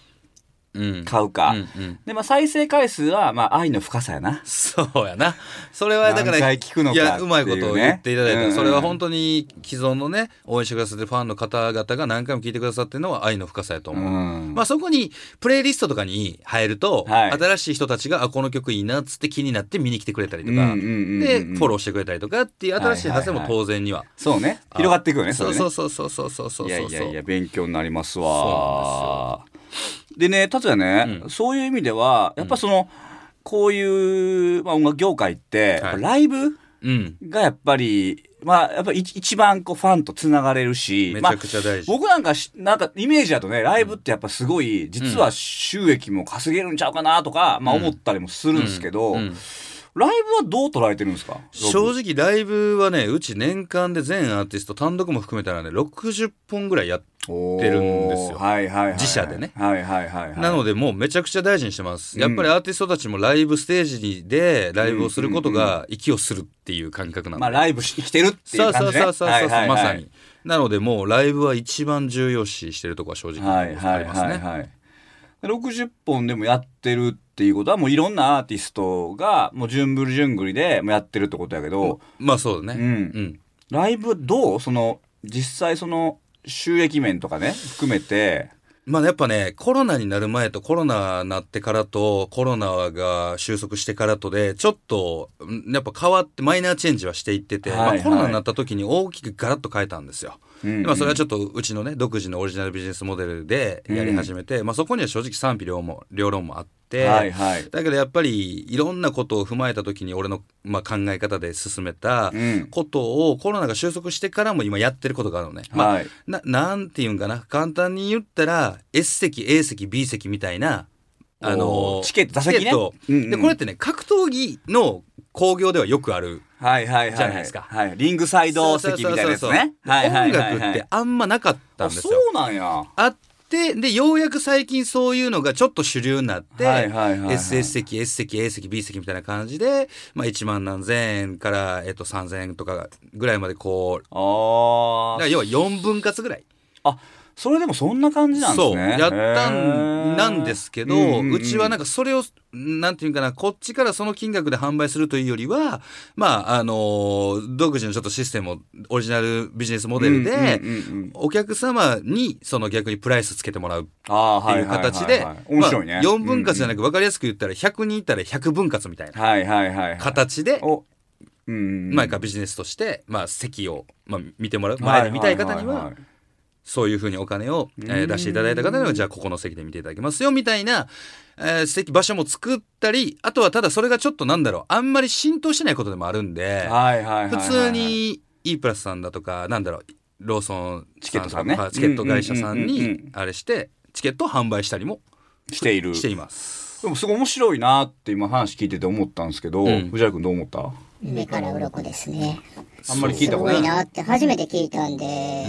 Speaker 2: うん、
Speaker 1: 買うか、
Speaker 2: うんうん
Speaker 1: でまあ再生回数はまあ愛の深さやな
Speaker 2: そうやな。それはだから、
Speaker 1: 何回聞くのかっていうね
Speaker 2: や、うまいことを言っていただいた。
Speaker 1: うんうん
Speaker 2: それは本当に既存のね、応援してくださってるファンの方々が何回も聞いてくださってるのは愛の深さやと思う。
Speaker 1: うん
Speaker 2: まあそこに、プレイリストとかに入ると、
Speaker 1: はい
Speaker 2: 新しい人たちが、あ、この曲いいなっつって気になって見に来てくれたりと
Speaker 1: う
Speaker 2: か、
Speaker 1: んうんうんうん
Speaker 2: で、フォローしてくれたりとかっていう新しい派生も当然には。
Speaker 1: そうね広がっていくよね
Speaker 2: そう
Speaker 1: れね
Speaker 2: そうそうそうそうそうそう。
Speaker 1: いやいやいや勉強になります
Speaker 2: そ
Speaker 1: わでね達也ね、
Speaker 2: うん
Speaker 1: そういう意味ではやっぱその、こういう、まあ、音楽業界って、
Speaker 2: はい
Speaker 1: ライブ
Speaker 2: うん。
Speaker 1: がやっぱりまあやっぱり一一番こうファンとつながれるし
Speaker 2: めちゃくちゃ大事
Speaker 1: まあ、僕なんかしなんかイメージだとねライブってやっぱすごい実は収益も稼げるんちゃうかなとか、まあ、
Speaker 2: うん
Speaker 1: 思ったりもするんですけど、
Speaker 2: うんうん
Speaker 1: ライブはどう捉えてるんですか
Speaker 2: 正直ライブはね、うち年間で全アーティスト単独も含めたらね、60本ぐらいやっ
Speaker 1: って
Speaker 2: るんですよ
Speaker 1: はいはいはいはい、
Speaker 2: 自社でね
Speaker 1: はいはいはい、はい、
Speaker 2: なのでもうめちゃくちゃ大事にしてます。
Speaker 1: うん
Speaker 2: やっぱりアーティストたちもライブステージにでライブをすることが息をするっていう感覚なの
Speaker 1: まあ
Speaker 2: で。
Speaker 1: ライブし生きてるってい
Speaker 2: そううそ
Speaker 1: 感
Speaker 2: う
Speaker 1: じね
Speaker 2: そうそうそうまさに。なのでもうライブは一番重要視してるとこは正直
Speaker 1: はいはい
Speaker 2: あります
Speaker 1: はい
Speaker 2: ね。
Speaker 1: はい60本でもやってるっていうことはもういろんなアーティストがもう順ぶり順繰りでもうやってるってことやけど、
Speaker 2: まあそうだね。
Speaker 1: うん
Speaker 2: うん。
Speaker 1: ライブどうその実際その収益面とかね含めて
Speaker 2: まあやっぱね、コロナになる前とコロナになってからと、コロナが収束してからとで、ちょっと、んやっぱ変わって、マイナーチェンジはしていってて、
Speaker 1: はいはい
Speaker 2: まあ、コロナになった時に大きくガラッと変えたんですよ。
Speaker 1: うんうん
Speaker 2: まあそれはちょっとうちのね、独自のオリジナルビジネスモデルでやり始めて、まあそこには正直賛否両も両論もあって、
Speaker 1: はいはい
Speaker 2: だけどやっぱりいろんなことを踏まえた時に俺の、まあ、考え方で進めた
Speaker 1: うん
Speaker 2: ことをコロナが収束してからも今やってることがあるのね。まあ
Speaker 1: はい
Speaker 2: ななんていうんかな簡単に言ったら S 席 A 席 B 席みたいな、あの
Speaker 1: おーチケット座席ね
Speaker 2: チケット
Speaker 1: うんうん
Speaker 2: でこれってね格闘技の興行ではよくある。
Speaker 1: はいはいはい
Speaker 2: じゃないですか
Speaker 1: はい、リングサイド席みたいなやつ
Speaker 2: そうそうそう
Speaker 1: ね
Speaker 2: そう
Speaker 1: はいはい
Speaker 2: 音
Speaker 1: はい
Speaker 2: 楽
Speaker 1: はい
Speaker 2: ってあんまなかったん
Speaker 1: あ
Speaker 2: です
Speaker 1: そ
Speaker 2: よ。
Speaker 1: うなんや
Speaker 2: あってでようやく最近そういうのがちょっと主流になって、
Speaker 1: はいはいはいはい
Speaker 2: SS 席 S 席 A 席 B 席みたいな感じで、まあ、1万何千円から、えっと、3,000円とかぐらいまでこう
Speaker 1: あ
Speaker 2: だか
Speaker 1: ー
Speaker 2: ら要は4分割ぐらい
Speaker 1: あそれでもそんな感じなんです
Speaker 2: そう
Speaker 1: ね
Speaker 2: やった
Speaker 1: へ
Speaker 2: ん
Speaker 1: ー
Speaker 2: なんですけど、うちはなんかそれをなんていうかなこっちからその金額で販売するというよりはまああのー独自のちょっとシステムをオリジナルビジネスモデルで、
Speaker 1: うんうんうんうん
Speaker 2: お客様にその逆にプライスつけてもらうっ
Speaker 1: あ
Speaker 2: て
Speaker 1: ー
Speaker 2: いう形で、
Speaker 1: はいはいはい面白いね、
Speaker 2: まあ、4分割じゃな
Speaker 1: く
Speaker 2: く分かりやすく言ったら100人いたら100分割みたいな
Speaker 1: はいはいはいはい
Speaker 2: 形で、
Speaker 1: おうん
Speaker 2: まあ、ビジネスとして、まあ、席を、まあ、見てもらう前で見たい方に
Speaker 1: い
Speaker 2: は
Speaker 1: い
Speaker 2: い
Speaker 1: い
Speaker 2: そういうふうにお金を、えー出していただいた方にはじゃあここの席で見ていただきますよみたいな、えー席場所も作ったりあとはただそれがちょっとなんだろうあんまり浸透してないことでもあるんで、
Speaker 1: はいはいはいはいはい
Speaker 2: 普通に E プラスさんだとかなんだろうローソン
Speaker 1: チケット
Speaker 2: さ
Speaker 1: さん
Speaker 2: んと
Speaker 1: ね
Speaker 2: かチケット会社さん
Speaker 1: うんうんうん
Speaker 2: にあれしてチケットを販売したりも
Speaker 1: している
Speaker 2: しています。
Speaker 1: でもすごい面白いなって今話聞いてて思ったんですけど、
Speaker 2: うん
Speaker 1: 藤原君どう思った
Speaker 6: 目から鱗ですね。
Speaker 1: あんまり聞い
Speaker 6: す
Speaker 1: たこ
Speaker 6: ご
Speaker 1: とな
Speaker 6: い
Speaker 1: い
Speaker 6: なって初めて聞いたんで、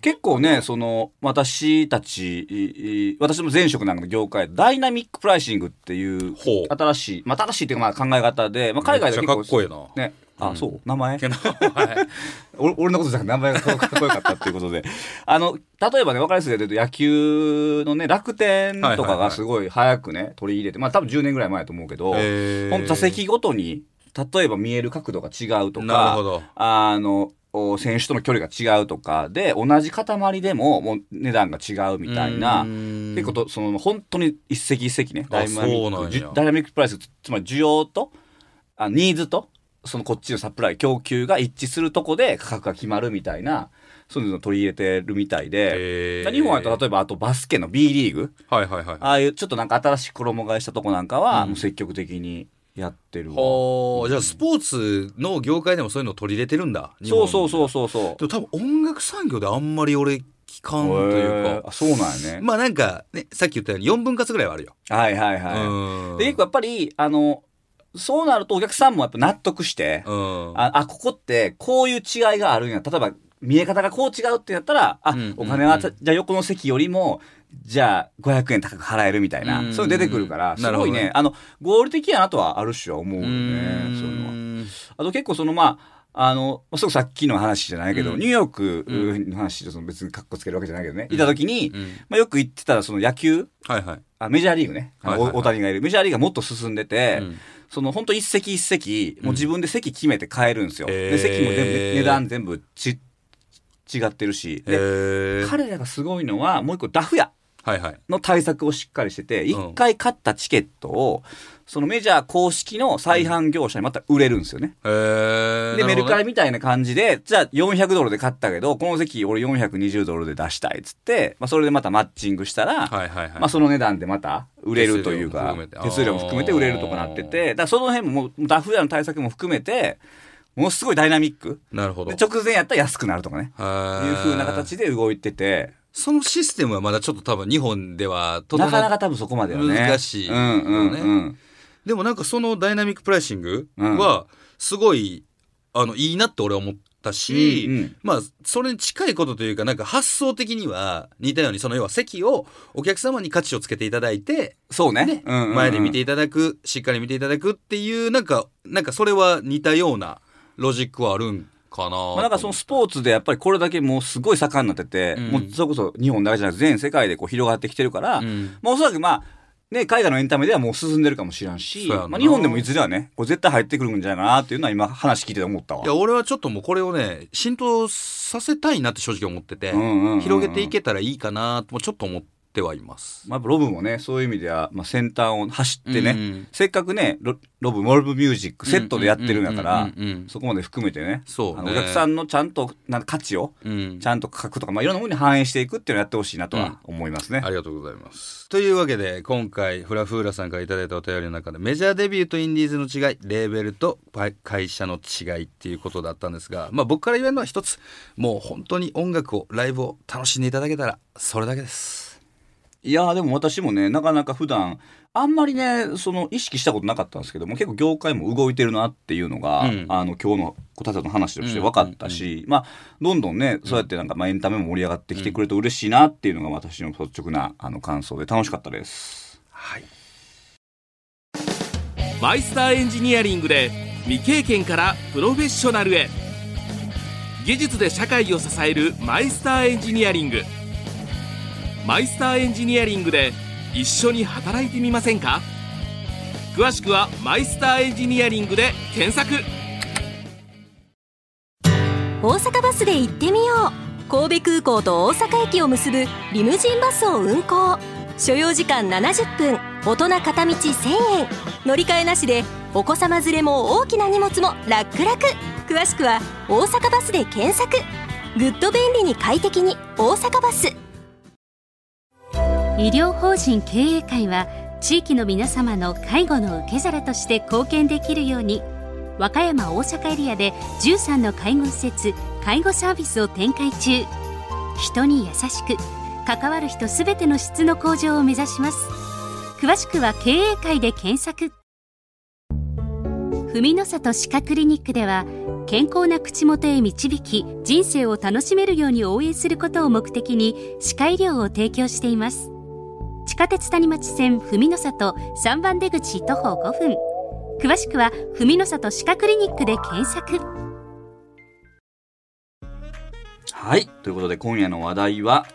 Speaker 1: 結構ねその私たちいい私も前職なんかの業界ダイナミックプライシングっていう
Speaker 2: ほう
Speaker 1: 新しい、まあ、新しいっていうかまあ考え方で、まあ、海外では結構
Speaker 2: めっちゃかっこいいな
Speaker 1: ねあ、そう名前
Speaker 2: けどはい
Speaker 1: 俺俺のことじゃなくて名前がかっこかっこよかったっていうことで *laughs* あの例えばね分かりやすいで言うと野球のね楽天と
Speaker 2: はいは
Speaker 1: か
Speaker 2: いはい
Speaker 1: がすごい早くね取り入れてまあ多分10年ぐらい前やと思うけ
Speaker 2: *laughs*
Speaker 1: ど、
Speaker 2: へー
Speaker 1: ほんと座席ごとに例えば見える角度が違うとか
Speaker 2: なるほど
Speaker 1: あのお選手との距離が違うとかで同じ塊でももう値段が違うみたいな
Speaker 2: うーん
Speaker 1: 結構とその本当に一石一石ね
Speaker 2: あ
Speaker 1: ダイナミ
Speaker 2: そうなん
Speaker 1: ッ
Speaker 2: や
Speaker 1: クじゅダイナミックプライスつつまり需要とあニーズとそのこっちのサプライ供給が一致するとこで価格が決まるみたいなそういうのを取り入れてるみたい
Speaker 2: へ
Speaker 1: で
Speaker 2: ー
Speaker 1: 日本は例えばあとバスケの B リーグ
Speaker 2: はいはいはい。
Speaker 1: ああいうちょっとなんか新しい衣替えしたとこなんかはもう積極的にやってるわ、
Speaker 2: はあじゃあスポーツの業界でもそういうのを取り入れてるんだ
Speaker 1: そうそう
Speaker 2: う
Speaker 1: そうそうそう
Speaker 2: でも多分音楽産業であんまり俺聞かんという
Speaker 1: へー
Speaker 2: か
Speaker 1: あそうなんやね、
Speaker 2: まあなんかねさっき言ったように4分割ぐらいはあるよ、
Speaker 1: はいはいうは
Speaker 2: ん
Speaker 1: いで結構やっぱりあのそうなるとお客さんもやっぱ納得して、
Speaker 2: うん、
Speaker 1: ああここってこういう違いがあるんや例えば見え方がこう違うってやったらあ、
Speaker 2: うんうんうん
Speaker 1: お金はたじゃあ横の席よりもじゃあ500円高く払えるみたいな、
Speaker 2: うん
Speaker 1: そういうの出てくるからす
Speaker 2: なる
Speaker 1: ご
Speaker 2: ほど
Speaker 1: い
Speaker 2: ね
Speaker 1: ねあの合理的やなとはある種は思うよね
Speaker 2: うん
Speaker 1: そういうのは。あと結構そのまああのすごくさっきの話じゃないけど、
Speaker 2: うん
Speaker 1: ニューヨークの話その別にかっこつけるわけじゃないけどね、いた時に、
Speaker 2: うん
Speaker 1: まあ、よく言ってたらその野球
Speaker 2: はいはい
Speaker 1: あメジャーリーグね、あの
Speaker 2: はいはいはい
Speaker 1: お大谷がいるメジャーリーグがもっと進んでて、
Speaker 2: うん
Speaker 1: その本当一席一席もう自分で席決めて買えるんですよ、
Speaker 2: へー
Speaker 1: で席も全部値段全部ち違ってるし
Speaker 2: へ
Speaker 1: で
Speaker 2: ー
Speaker 1: 彼らがすごいのはもう一個ダフ屋
Speaker 2: はいはい
Speaker 1: の対策をしっかりしてて
Speaker 2: うん
Speaker 1: 一回買ったチケットをそのメジャー公式の再販業者にまた売れるんですよね。
Speaker 2: へー
Speaker 1: で、
Speaker 2: な
Speaker 1: メ
Speaker 2: る
Speaker 1: ル
Speaker 2: ほど
Speaker 1: カ
Speaker 2: ね
Speaker 1: リみたいな感じで、じゃあ400ドルで買ったけど、この席俺420ドルで出したいっつって、まあそれでまたマッチングしたら、
Speaker 2: はいはいはい、
Speaker 1: まあ、その値段でまた売れるというか
Speaker 2: 手
Speaker 1: 手
Speaker 2: 数
Speaker 1: 数
Speaker 2: 料
Speaker 1: 料
Speaker 2: も
Speaker 1: も
Speaker 2: 含
Speaker 1: 含
Speaker 2: め
Speaker 1: め
Speaker 2: て
Speaker 1: て売れるとこなっててだからその辺ももうダフ屋の対策も含めてものすごいダイナミック
Speaker 2: なるほど
Speaker 1: で直前やったら安くなるとかね
Speaker 2: はー
Speaker 1: いう風な形で動いてて
Speaker 2: そのシステムはまだちょっと多分日本では整っ
Speaker 1: なかなか多分そこまではね
Speaker 2: 難しいよ
Speaker 1: う
Speaker 2: ね
Speaker 1: んうんうん
Speaker 2: でもなんかそのダイナミックプライシングはすごい、あのいいなって俺は思ったし、
Speaker 1: うんうん
Speaker 2: まあそれに近いことというかなんか発想的には似たようにその要は席をお客様に価値をつけていただいて、
Speaker 1: そうね
Speaker 2: ね
Speaker 1: うんうんうん
Speaker 2: 前で見ていただくしっかり見ていただくっていうなんかなんかそれは似たようなロジックはあるんかな
Speaker 1: まあ、なんかそのスポーツでやっぱりこれだけもうすごい盛んになってて、
Speaker 2: うん
Speaker 1: もうそれこそ日本だけじゃなくて全世界でこう広がってきてるから、
Speaker 2: うん
Speaker 1: まあおそらくまあ、ね、海外のエンタメではもう進んでるかもしれんし、
Speaker 2: そうやんな
Speaker 1: まあ、日本でもいずれはね、こう絶対入ってくるんじゃないかなっていうのは今話聞いてて思ったわ
Speaker 2: い。や俺はちょっともうこれをね浸透させたいなって正直思ってて、
Speaker 1: うんうんうんうん
Speaker 2: 広げていけたらいいかなともちょっと思ってはいます。
Speaker 1: まあ、やっぱロブもね、そういう意味では、まあ、先端を走ってね、
Speaker 2: うんうん
Speaker 1: せっかくね、ロロブ、モルブミュージックセットでやってるんだから
Speaker 2: うんうんうんうんうん、
Speaker 1: そこまで含めてね、
Speaker 2: そうね
Speaker 1: あのお客さんのちゃんとなんか価値を、
Speaker 2: うん
Speaker 1: ちゃんと書くとか、まあ、いろんなものに反映していくっていうのをやってほしいなとは思いますね。
Speaker 2: ありがとうございます。というわけで、今回、フラフーラさんからいただいたお便りの中で、メジャーデビューとインディーズの違い、レーベルとパイ会社の違いっていうことだったんですが、まあ僕から言えるのは一つ、もう本当に音楽を、ライブを楽しんでいただけたら、それだけです。
Speaker 1: いやーでも私もねなかなか普段あんまりねその意識したことなかったんですけども結構業界も動いてるなっていうのが、
Speaker 2: うん
Speaker 1: あの今日の小田さんの話として分かったし、まあどんどんねそうやってなんか、まあ、エンタメも盛り上がってきてくれると嬉しいなっていうのが私の率直なあの感想で楽しかったです。
Speaker 2: はい。
Speaker 3: マイスターエンジニアリングで未経験からプロフェッショナルへ技術で社会を支えるマイスターエンジニアリングマイスターエンジニアリングで一緒に働いてみませんか詳しくは「マイスターエンジニアリング」で検索
Speaker 4: 大阪バスで行ってみよう神戸空港と大阪駅を結ぶリムジンバスを運行所要時間70分大人片道1000円乗り換えなしでお子様連れも大きな荷物も楽々詳しくは「大阪バス」で検索グッド便利に快適に大阪バス
Speaker 5: 医療法人経営会は地域の皆様の介護の受け皿として貢献できるように和歌山大阪エリアで13の介護施設介護サービスを展開中人に優しく関わる人すべての質の向上を目指します詳しくは経営会で検索文の里歯科クリニックでは健康な口元へ導き人生を楽しめるように応援することを目的に歯科医療を提供しています地下鉄谷町線文の里3番出口徒歩5分詳しくは文の里歯科クリニックで検索
Speaker 1: はいということで今夜の話題は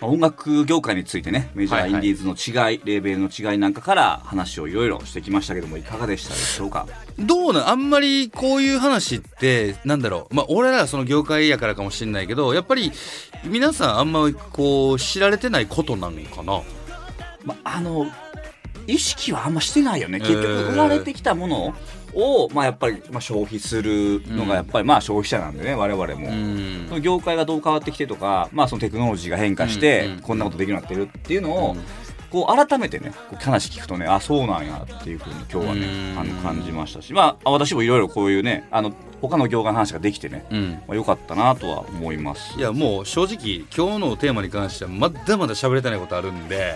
Speaker 1: まあ音楽業界についてねメジャー
Speaker 2: はい
Speaker 1: イン
Speaker 2: は
Speaker 1: デ
Speaker 2: い
Speaker 1: ィーズの違い、レーベルの違いなんかから話をいろいろしてきましたけどもいかがでしたでしょうか
Speaker 2: どうなんあんまりこういう話って、なんだろう。まあ、俺らはその業界やからかもしれないけど、やっぱり、皆さんあんまりこう、知られてないことなのかな。
Speaker 1: まあ、あの意識はあんましてないよね結
Speaker 2: え
Speaker 1: 局
Speaker 2: ー
Speaker 1: 売られてきたものを、まあ、やっぱり、まあ、消費するの
Speaker 2: うん
Speaker 1: がやっぱり、まあ消費者なんでね我々も。
Speaker 2: うん
Speaker 1: そ。の業界がどう変わってきてとか、まあ、そのテクノロジーが変化して、
Speaker 2: うんうん
Speaker 1: こんなことできるようになってるっていうのを、
Speaker 2: うん
Speaker 1: こう改めてねこう話聞くとねあそうなんやっていうふうに今日はね
Speaker 2: うん
Speaker 1: あの感じましたし、まあ、私もいろいろこういうねあの他の業界の話ができてね、
Speaker 2: うん。
Speaker 1: まあ、よかったなとは思います
Speaker 2: い。やもう正直今日のテーマに関してはまだまだ喋れてないことあるん
Speaker 1: *laughs*
Speaker 2: で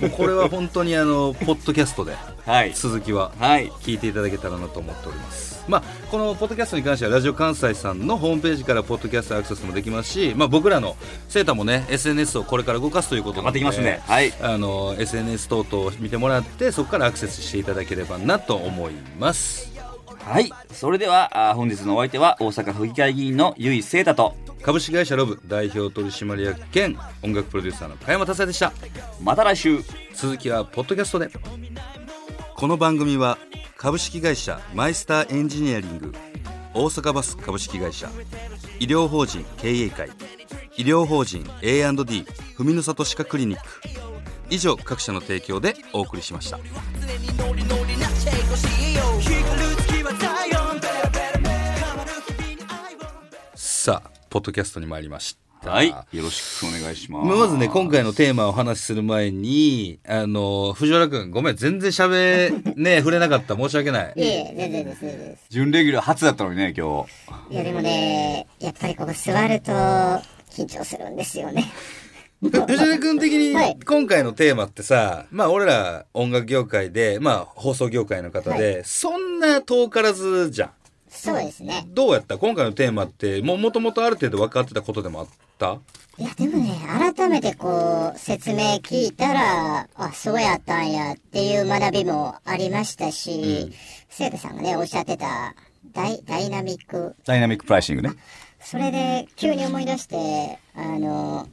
Speaker 2: もうこれは本当にあのポッドキャストで
Speaker 1: はい、
Speaker 2: 続きは
Speaker 1: はい
Speaker 2: 聞いていただけたらなと思っております、まあ、このポッドキャストに関してはラジオ関西さんのホームページからポッドキャストアクセスもできますし、まあ、僕らのセータもね SNS をこれから動かすということ
Speaker 1: 頑
Speaker 2: な
Speaker 1: 張っ
Speaker 2: の
Speaker 1: て
Speaker 2: で
Speaker 1: いきますね。はい
Speaker 2: あの SNS 等々を見てもらってそこからアクセスしていただければなと思います
Speaker 1: はい、それではあ本日のお相手は大阪府議会議員の由井聖太と
Speaker 2: 株式会社ロブ代表取締役兼音楽プロデューサーの加山達也でした
Speaker 1: また来週
Speaker 2: 続きはポッドキャストでこの番組は株式会社マイスターエンジニアリング大阪バス株式会社医療法人経営会医療法人 A&D 文の里歯科クリニック以上各社の提供でお送りしましたさあポッドキャストに参りました
Speaker 1: はいよろしくお願いします
Speaker 2: まあまずね、今回のテーマをお話しする前に、あの、藤原くん、ごめん、全然喋、ね、触れなかった。申し訳ない
Speaker 6: い。え、全然です、全然です。
Speaker 1: 準レギュラー初だったのにね今日
Speaker 6: いや、でもね、やっぱりここ座ると緊張するんですよね。
Speaker 2: ふ藤原くん的に
Speaker 6: はい、
Speaker 2: 今回のテーマってさ、まあ、俺ら音楽業界で、まあ、放送業界の方で、そんな遠からずじゃん。
Speaker 6: そうですね。
Speaker 2: どうやった今回のテーマって、もう、もともとある程度分かってたことでもあった
Speaker 6: いや、でもね、改めてこう、説明聞いたら、あ、そうやったんやっていう学びもありましたし、生徒さんがね、おっしゃってた、ダイダイナミック
Speaker 1: ダイナミックプライシングね。
Speaker 6: それで急に思い出してあの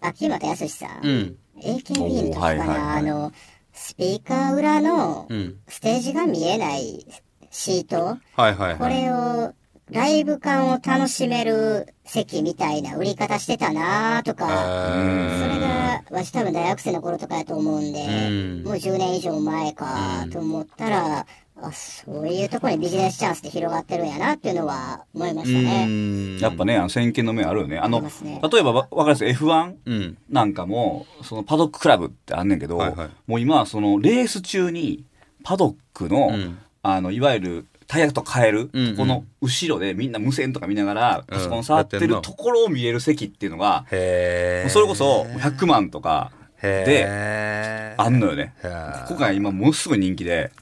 Speaker 6: 秋元康さん、
Speaker 2: うん。
Speaker 6: AKB の時かな、
Speaker 1: はいはいはい
Speaker 6: あのスピーカー裏の
Speaker 2: うん。
Speaker 6: ステージが見えないシート、
Speaker 2: はいはい
Speaker 6: こ
Speaker 2: はい。
Speaker 6: れをライブ感を楽しめる席みたいな売り方してたなとか、そ
Speaker 2: あ
Speaker 6: れが、わし多分大学生の頃とかやと思うんで、
Speaker 2: うん
Speaker 6: もう10年以上前かと思ったら、あそういうところにビジネスチャンスって広がってるんやなっていうのは思いました
Speaker 2: ー
Speaker 6: ね。
Speaker 2: うん。
Speaker 1: やっぱね、あの、先見の目あるよね。あ
Speaker 6: あ
Speaker 1: の、
Speaker 6: りますね
Speaker 1: 例えばわ、わかります F1
Speaker 2: うん。
Speaker 1: なんかも、そのパドッククラブってあんねんけど、
Speaker 2: はいはい
Speaker 1: もう今はそのレース中に、パドックの、
Speaker 2: うん
Speaker 1: あの、いわゆる、タイヤと変える、
Speaker 2: うんうん
Speaker 1: この後ろでみんな無線とか見ながら、パソコ
Speaker 2: うん
Speaker 1: ン触って
Speaker 2: やってん
Speaker 1: る
Speaker 2: の
Speaker 1: ところを見える席っていうのが、
Speaker 2: へえ。
Speaker 1: それこそ100万とかで
Speaker 2: へー
Speaker 1: あんのよね。
Speaker 2: へー
Speaker 1: ここが今ものすごい人気で、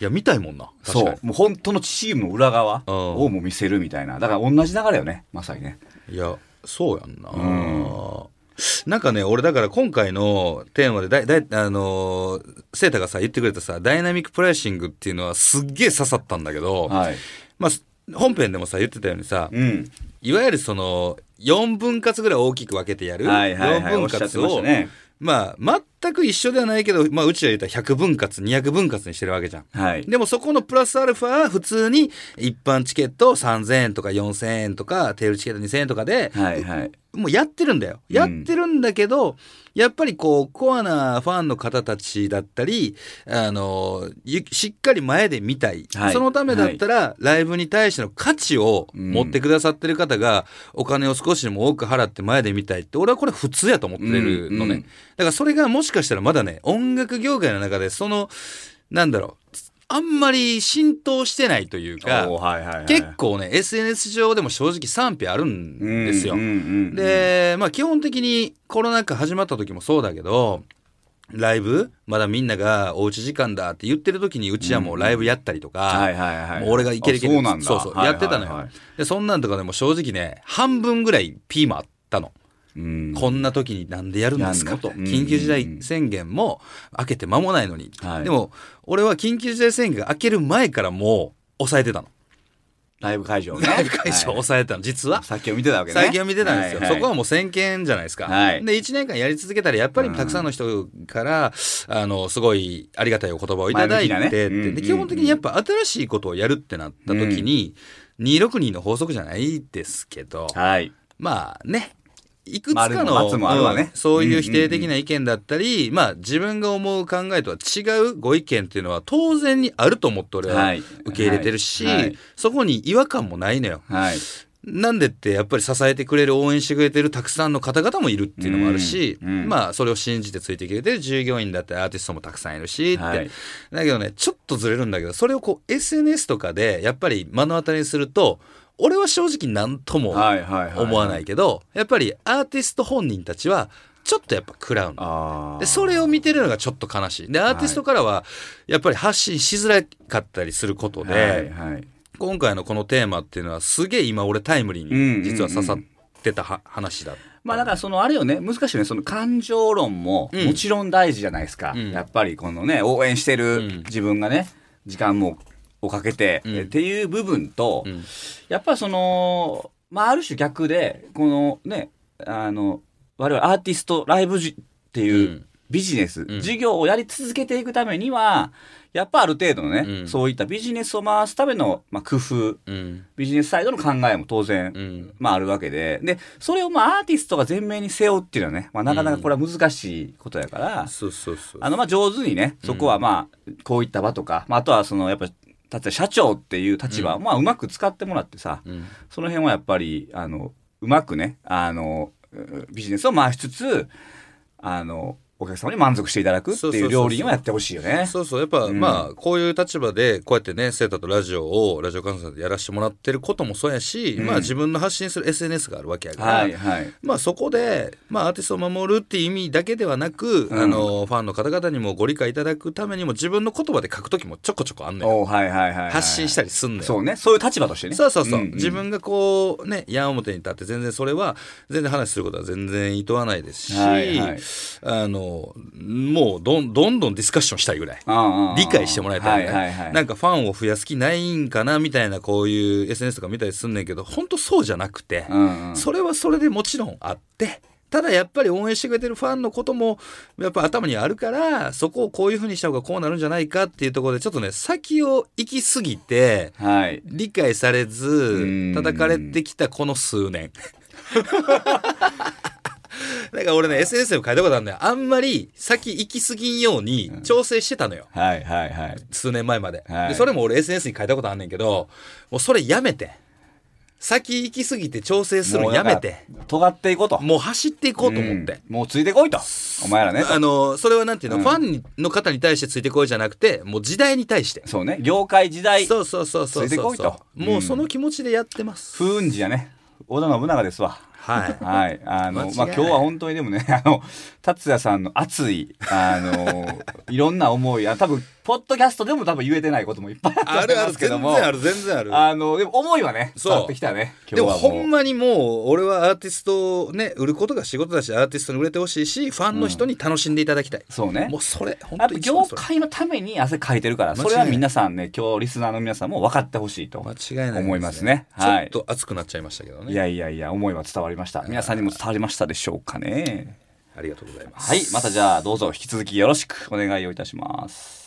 Speaker 2: いや、見たいもんな。確
Speaker 1: そ
Speaker 2: か
Speaker 1: う、もう本当のチームの裏側
Speaker 2: うん
Speaker 1: をもう見せるみたいな。だから同じ流れよね、まさにね。
Speaker 2: に。いや、そうやんな。
Speaker 1: ん
Speaker 2: なんかね、俺だから今回のテーマでだい、だい、あのー、セータがさ、言ってくれたさ、ダイナミックプライシングっていうのはすっげえ刺さったんだけど、
Speaker 1: はい。
Speaker 2: まあ、本編でもさ、言ってたようにさ、
Speaker 1: うん。
Speaker 2: いわゆるその、4分割ぐらい大きく分けてやる。
Speaker 1: はいはいはい
Speaker 2: 4分
Speaker 1: おっしゃって
Speaker 2: 割
Speaker 1: まし
Speaker 2: を
Speaker 1: たね
Speaker 2: まあ、全く一緒ではないけど、まあ、うちら言ったら100分割、200分割にしてるわけじゃん。
Speaker 1: はい。
Speaker 2: でもそこのプラスアルファは普通に一般チケット3000円とか4000円とかテールチケット2000円とかで
Speaker 1: はいはい。
Speaker 2: もうやってるんだよ。
Speaker 1: ん
Speaker 2: やってるんだけど、やっぱりこうコアなファンの方たちだったり、あの、ゆしっかり前で見たい。
Speaker 1: はい
Speaker 2: そのためだったらライブに対しての価値を
Speaker 1: うん
Speaker 2: 持ってくださってる方がお金を少しでも多く払って前で見たいって俺はこれ普通やと思ってる
Speaker 1: う
Speaker 2: のね。
Speaker 1: んうん
Speaker 2: だからそれがもしかしたらまだね、音楽業界の中でその、なんだろう、あんまり浸透してないというか、
Speaker 1: おーはいはいはい
Speaker 2: 結構ね、SNS 上でも正直賛否あるんですよ。
Speaker 1: うんうんうん、
Speaker 2: で、まあ基本的にコロナ禍始まった時もそうだけど、ライブまだみんながおうち時間だって言ってる時にうちはもうライブやったりとか、
Speaker 1: はいはいはい
Speaker 2: もう俺がいけるいける
Speaker 1: あそうなんだ
Speaker 2: そうそう、
Speaker 1: はいはい
Speaker 2: やってたのよ、
Speaker 1: はい
Speaker 2: で、そんなんとかでも正直ね、半分ぐらいピーマンあったの。
Speaker 1: うん
Speaker 2: こんな時になんでやるんですか
Speaker 1: やんの
Speaker 2: と。
Speaker 1: うん
Speaker 2: 緊急事態宣言も明けて間もないのに。
Speaker 1: はい
Speaker 2: でも、俺は緊急事態宣言が明ける前からもう抑えてたの。
Speaker 1: ライブ会場ね
Speaker 2: ライブ会
Speaker 1: はい
Speaker 2: 場を抑えてたの、実は。
Speaker 1: さっきを見てたわけね
Speaker 2: 最近は見てたんですよ。
Speaker 1: はい
Speaker 2: そこはもう先見じゃないですか。
Speaker 1: はい
Speaker 2: で、1年間やり続けたら、やっぱりたくさんの人から、あの、すごいありがたいお言葉をいただいて
Speaker 1: 前
Speaker 2: っ
Speaker 1: 向きなね
Speaker 2: て、
Speaker 1: うんうんう
Speaker 2: で
Speaker 1: ん
Speaker 2: 基本的にやっぱ新しいことをやるってなった時に、262の法則じゃないですけど、
Speaker 1: はい
Speaker 2: まあね、いくつ
Speaker 1: ま
Speaker 2: か
Speaker 1: あでも
Speaker 2: の、
Speaker 1: 罰もあるわね
Speaker 2: うんそういう否定的な意見だったり、まあ自分が思う考えとは違うご意見っていうのは当然にあると思って俺は
Speaker 1: はい
Speaker 2: 受け入れてるし、
Speaker 1: はいはい
Speaker 2: そこに違和感もないのよ。
Speaker 1: はい
Speaker 2: なんでってやっぱり支えてくれる応援してくれてるたくさんの方々もいるっていうのもあるし、
Speaker 1: うんうん
Speaker 2: まあそれを信じてついてくれてる従業員だったりアーティストもたくさんいるしって、
Speaker 1: はい
Speaker 2: だけどねちょっとずれるんだけどそれをこう SNS とかでやっぱり目の当たりにすると俺は正直何とも
Speaker 1: はいはいはい
Speaker 2: 思わないけどやっぱりアーティスト本人たちはちょっとやっぱ食らうの。
Speaker 1: あ
Speaker 2: でそれを見てるのがちょっと悲しい。でアーティストからはやっぱり発信しづらかったりすること
Speaker 1: ー
Speaker 2: で、
Speaker 1: はいはい
Speaker 2: 今回のこのテーマっていうのはすげえ今俺タイムリ
Speaker 1: うんうんう
Speaker 2: ーに
Speaker 1: ん
Speaker 2: 実は刺さってたは話だ。
Speaker 1: まあだからそのあれよね難しいよねその感情論も
Speaker 2: うん
Speaker 1: もちろん大事じゃないですか、
Speaker 2: うん
Speaker 1: やっぱりこのね応援して
Speaker 2: うん
Speaker 1: る自分がね時間もをかけて、
Speaker 2: うん
Speaker 1: えっていう部分と、
Speaker 2: うん
Speaker 1: やっぱそのまあある種逆でこのねあの我々アーティストライブじっていう、
Speaker 2: うん
Speaker 1: ビジネス、
Speaker 2: ん
Speaker 1: 事業をやり続けていくためには、やっぱある程度のね、
Speaker 2: うん
Speaker 1: そういったビジネスを回すための、まあ、工夫、
Speaker 2: うん
Speaker 1: ビジネスサイドの考えも当然、
Speaker 2: うん
Speaker 1: まああるわけで。で、それをまあアーティストが前面に背負うっていうのはね、まあなかなかこれは難しいことやから、
Speaker 2: そうそうそう
Speaker 1: あのまあ上手にね、そこはまあこういった場とか、まああとはそのやっぱ、だって社長っていう立場、まあうまく使ってもらってさ、
Speaker 2: うん
Speaker 1: その辺はやっぱり、あの、うまくね、あの、うビジネスを回しつつ、あの、お客様に満足していただくって
Speaker 2: そうそ
Speaker 1: い
Speaker 2: うそう
Speaker 1: う料理人はやってほしいよね。
Speaker 2: そうそうやっぱ、
Speaker 1: うん
Speaker 2: まあこういう立場でこうやってねセータとラジオをラジオ関西でやらせてもらってることもそうやし、
Speaker 1: ん
Speaker 2: まあ自分の発信する SNS があるわけやから、
Speaker 1: はいはい。
Speaker 2: まあそこで、まあ、アーティストを守るっていう意味だけではなく、
Speaker 1: うん
Speaker 2: あのファンの方々にもご理解いただくためにも自分の言葉で書く時もちょこちょこあんのよ
Speaker 1: おうはいはいはいはい。
Speaker 2: 発信した
Speaker 1: り。
Speaker 2: りすんのよ
Speaker 1: そうね。そういう立場としてね。
Speaker 2: そうそうそう、
Speaker 1: んん
Speaker 2: 自分がこうね矢面に立って全然それは全然話することは全然いとわないですし、
Speaker 1: はいはい
Speaker 2: あののもうどんどんどんディスカッションしたいぐらい理解してもらいたい,、ね
Speaker 1: はいはいはい
Speaker 2: なんかファンを増やす気ないんかなみたいなこういう SNS とか見たりすんねんけど本当そうじゃなくて、
Speaker 1: うんうん
Speaker 2: それはそれでもちろんあってただやっぱり応援してくれてるファンのこともやっぱ頭にあるからそこをこういうふうにした方がこうなるんじゃないかっていうところでちょっとね先を行き過ぎて
Speaker 1: はい
Speaker 2: 理解されず
Speaker 1: ん
Speaker 2: 叩かれてきたこの数年 *laughs* だから俺ね SNS でも書いたことあるんだよあんまり先行き過ぎんように調整してたのよ、
Speaker 1: はいはいはい
Speaker 2: 数年前まで,、
Speaker 1: はい
Speaker 2: でそれも俺 SNS に書いたことあんねんけどもうそれやめて先行き過ぎて調整する
Speaker 1: も
Speaker 2: の
Speaker 1: うな
Speaker 2: や
Speaker 1: んか
Speaker 2: めて
Speaker 1: 尖っていこうと
Speaker 2: もう走っていこうと思って、
Speaker 1: うんもうついてこいとお前らねと
Speaker 2: あのそれはなんていうの、
Speaker 1: うん
Speaker 2: ファンの方に対してついてこいじゃなくてもう時代に対して、
Speaker 1: そうね業界時代
Speaker 2: そうそうそうそう
Speaker 1: ついて
Speaker 2: そ
Speaker 1: こ
Speaker 2: う
Speaker 1: いと
Speaker 2: もうその気持ちでやってます、
Speaker 1: 不運時やね織田信長ですわ
Speaker 2: はい
Speaker 1: はい。あの、まあ、
Speaker 2: 間違いない
Speaker 1: 今日は本当にでもね、 *laughs* あの、達也さんの熱い、あ
Speaker 2: *laughs*
Speaker 1: の、いろんな思い、あ多分、ポッドキャストでも多分言えてないこともいっぱいあ
Speaker 2: あ
Speaker 1: ると
Speaker 2: る
Speaker 1: 思い
Speaker 2: あ
Speaker 1: ま
Speaker 2: る
Speaker 1: すけ
Speaker 2: 全
Speaker 1: ど
Speaker 2: 然
Speaker 1: も。
Speaker 2: ある全然ある
Speaker 1: あの、でも思いはね、
Speaker 2: そう
Speaker 1: 伝わってきたね。
Speaker 2: でも
Speaker 1: 今日は
Speaker 2: ほんまにもう俺はアーティストをね売ることが仕事だしアーティストに売れてほしいしファンの人に楽しんでいただきたい、
Speaker 1: そうね
Speaker 2: もうそれ本
Speaker 1: やっぱ
Speaker 2: 当に一
Speaker 1: 業
Speaker 2: 番それ
Speaker 1: 界のために汗かいてるから、
Speaker 2: 間違い
Speaker 1: そ
Speaker 2: ない
Speaker 1: れは皆さんね、今日リスナーの皆さんも分かってほしいと
Speaker 2: 間違いない
Speaker 1: 思いますね。はい
Speaker 2: ちょ。っと熱くなっちゃいましたけどね
Speaker 1: いやいやいや、思いは伝わりました。皆さんにも伝わりましたでしょうかね。
Speaker 2: ありがとうございます
Speaker 1: はい。またじゃあ、どうぞ引き続きよろしくお願いをいたします。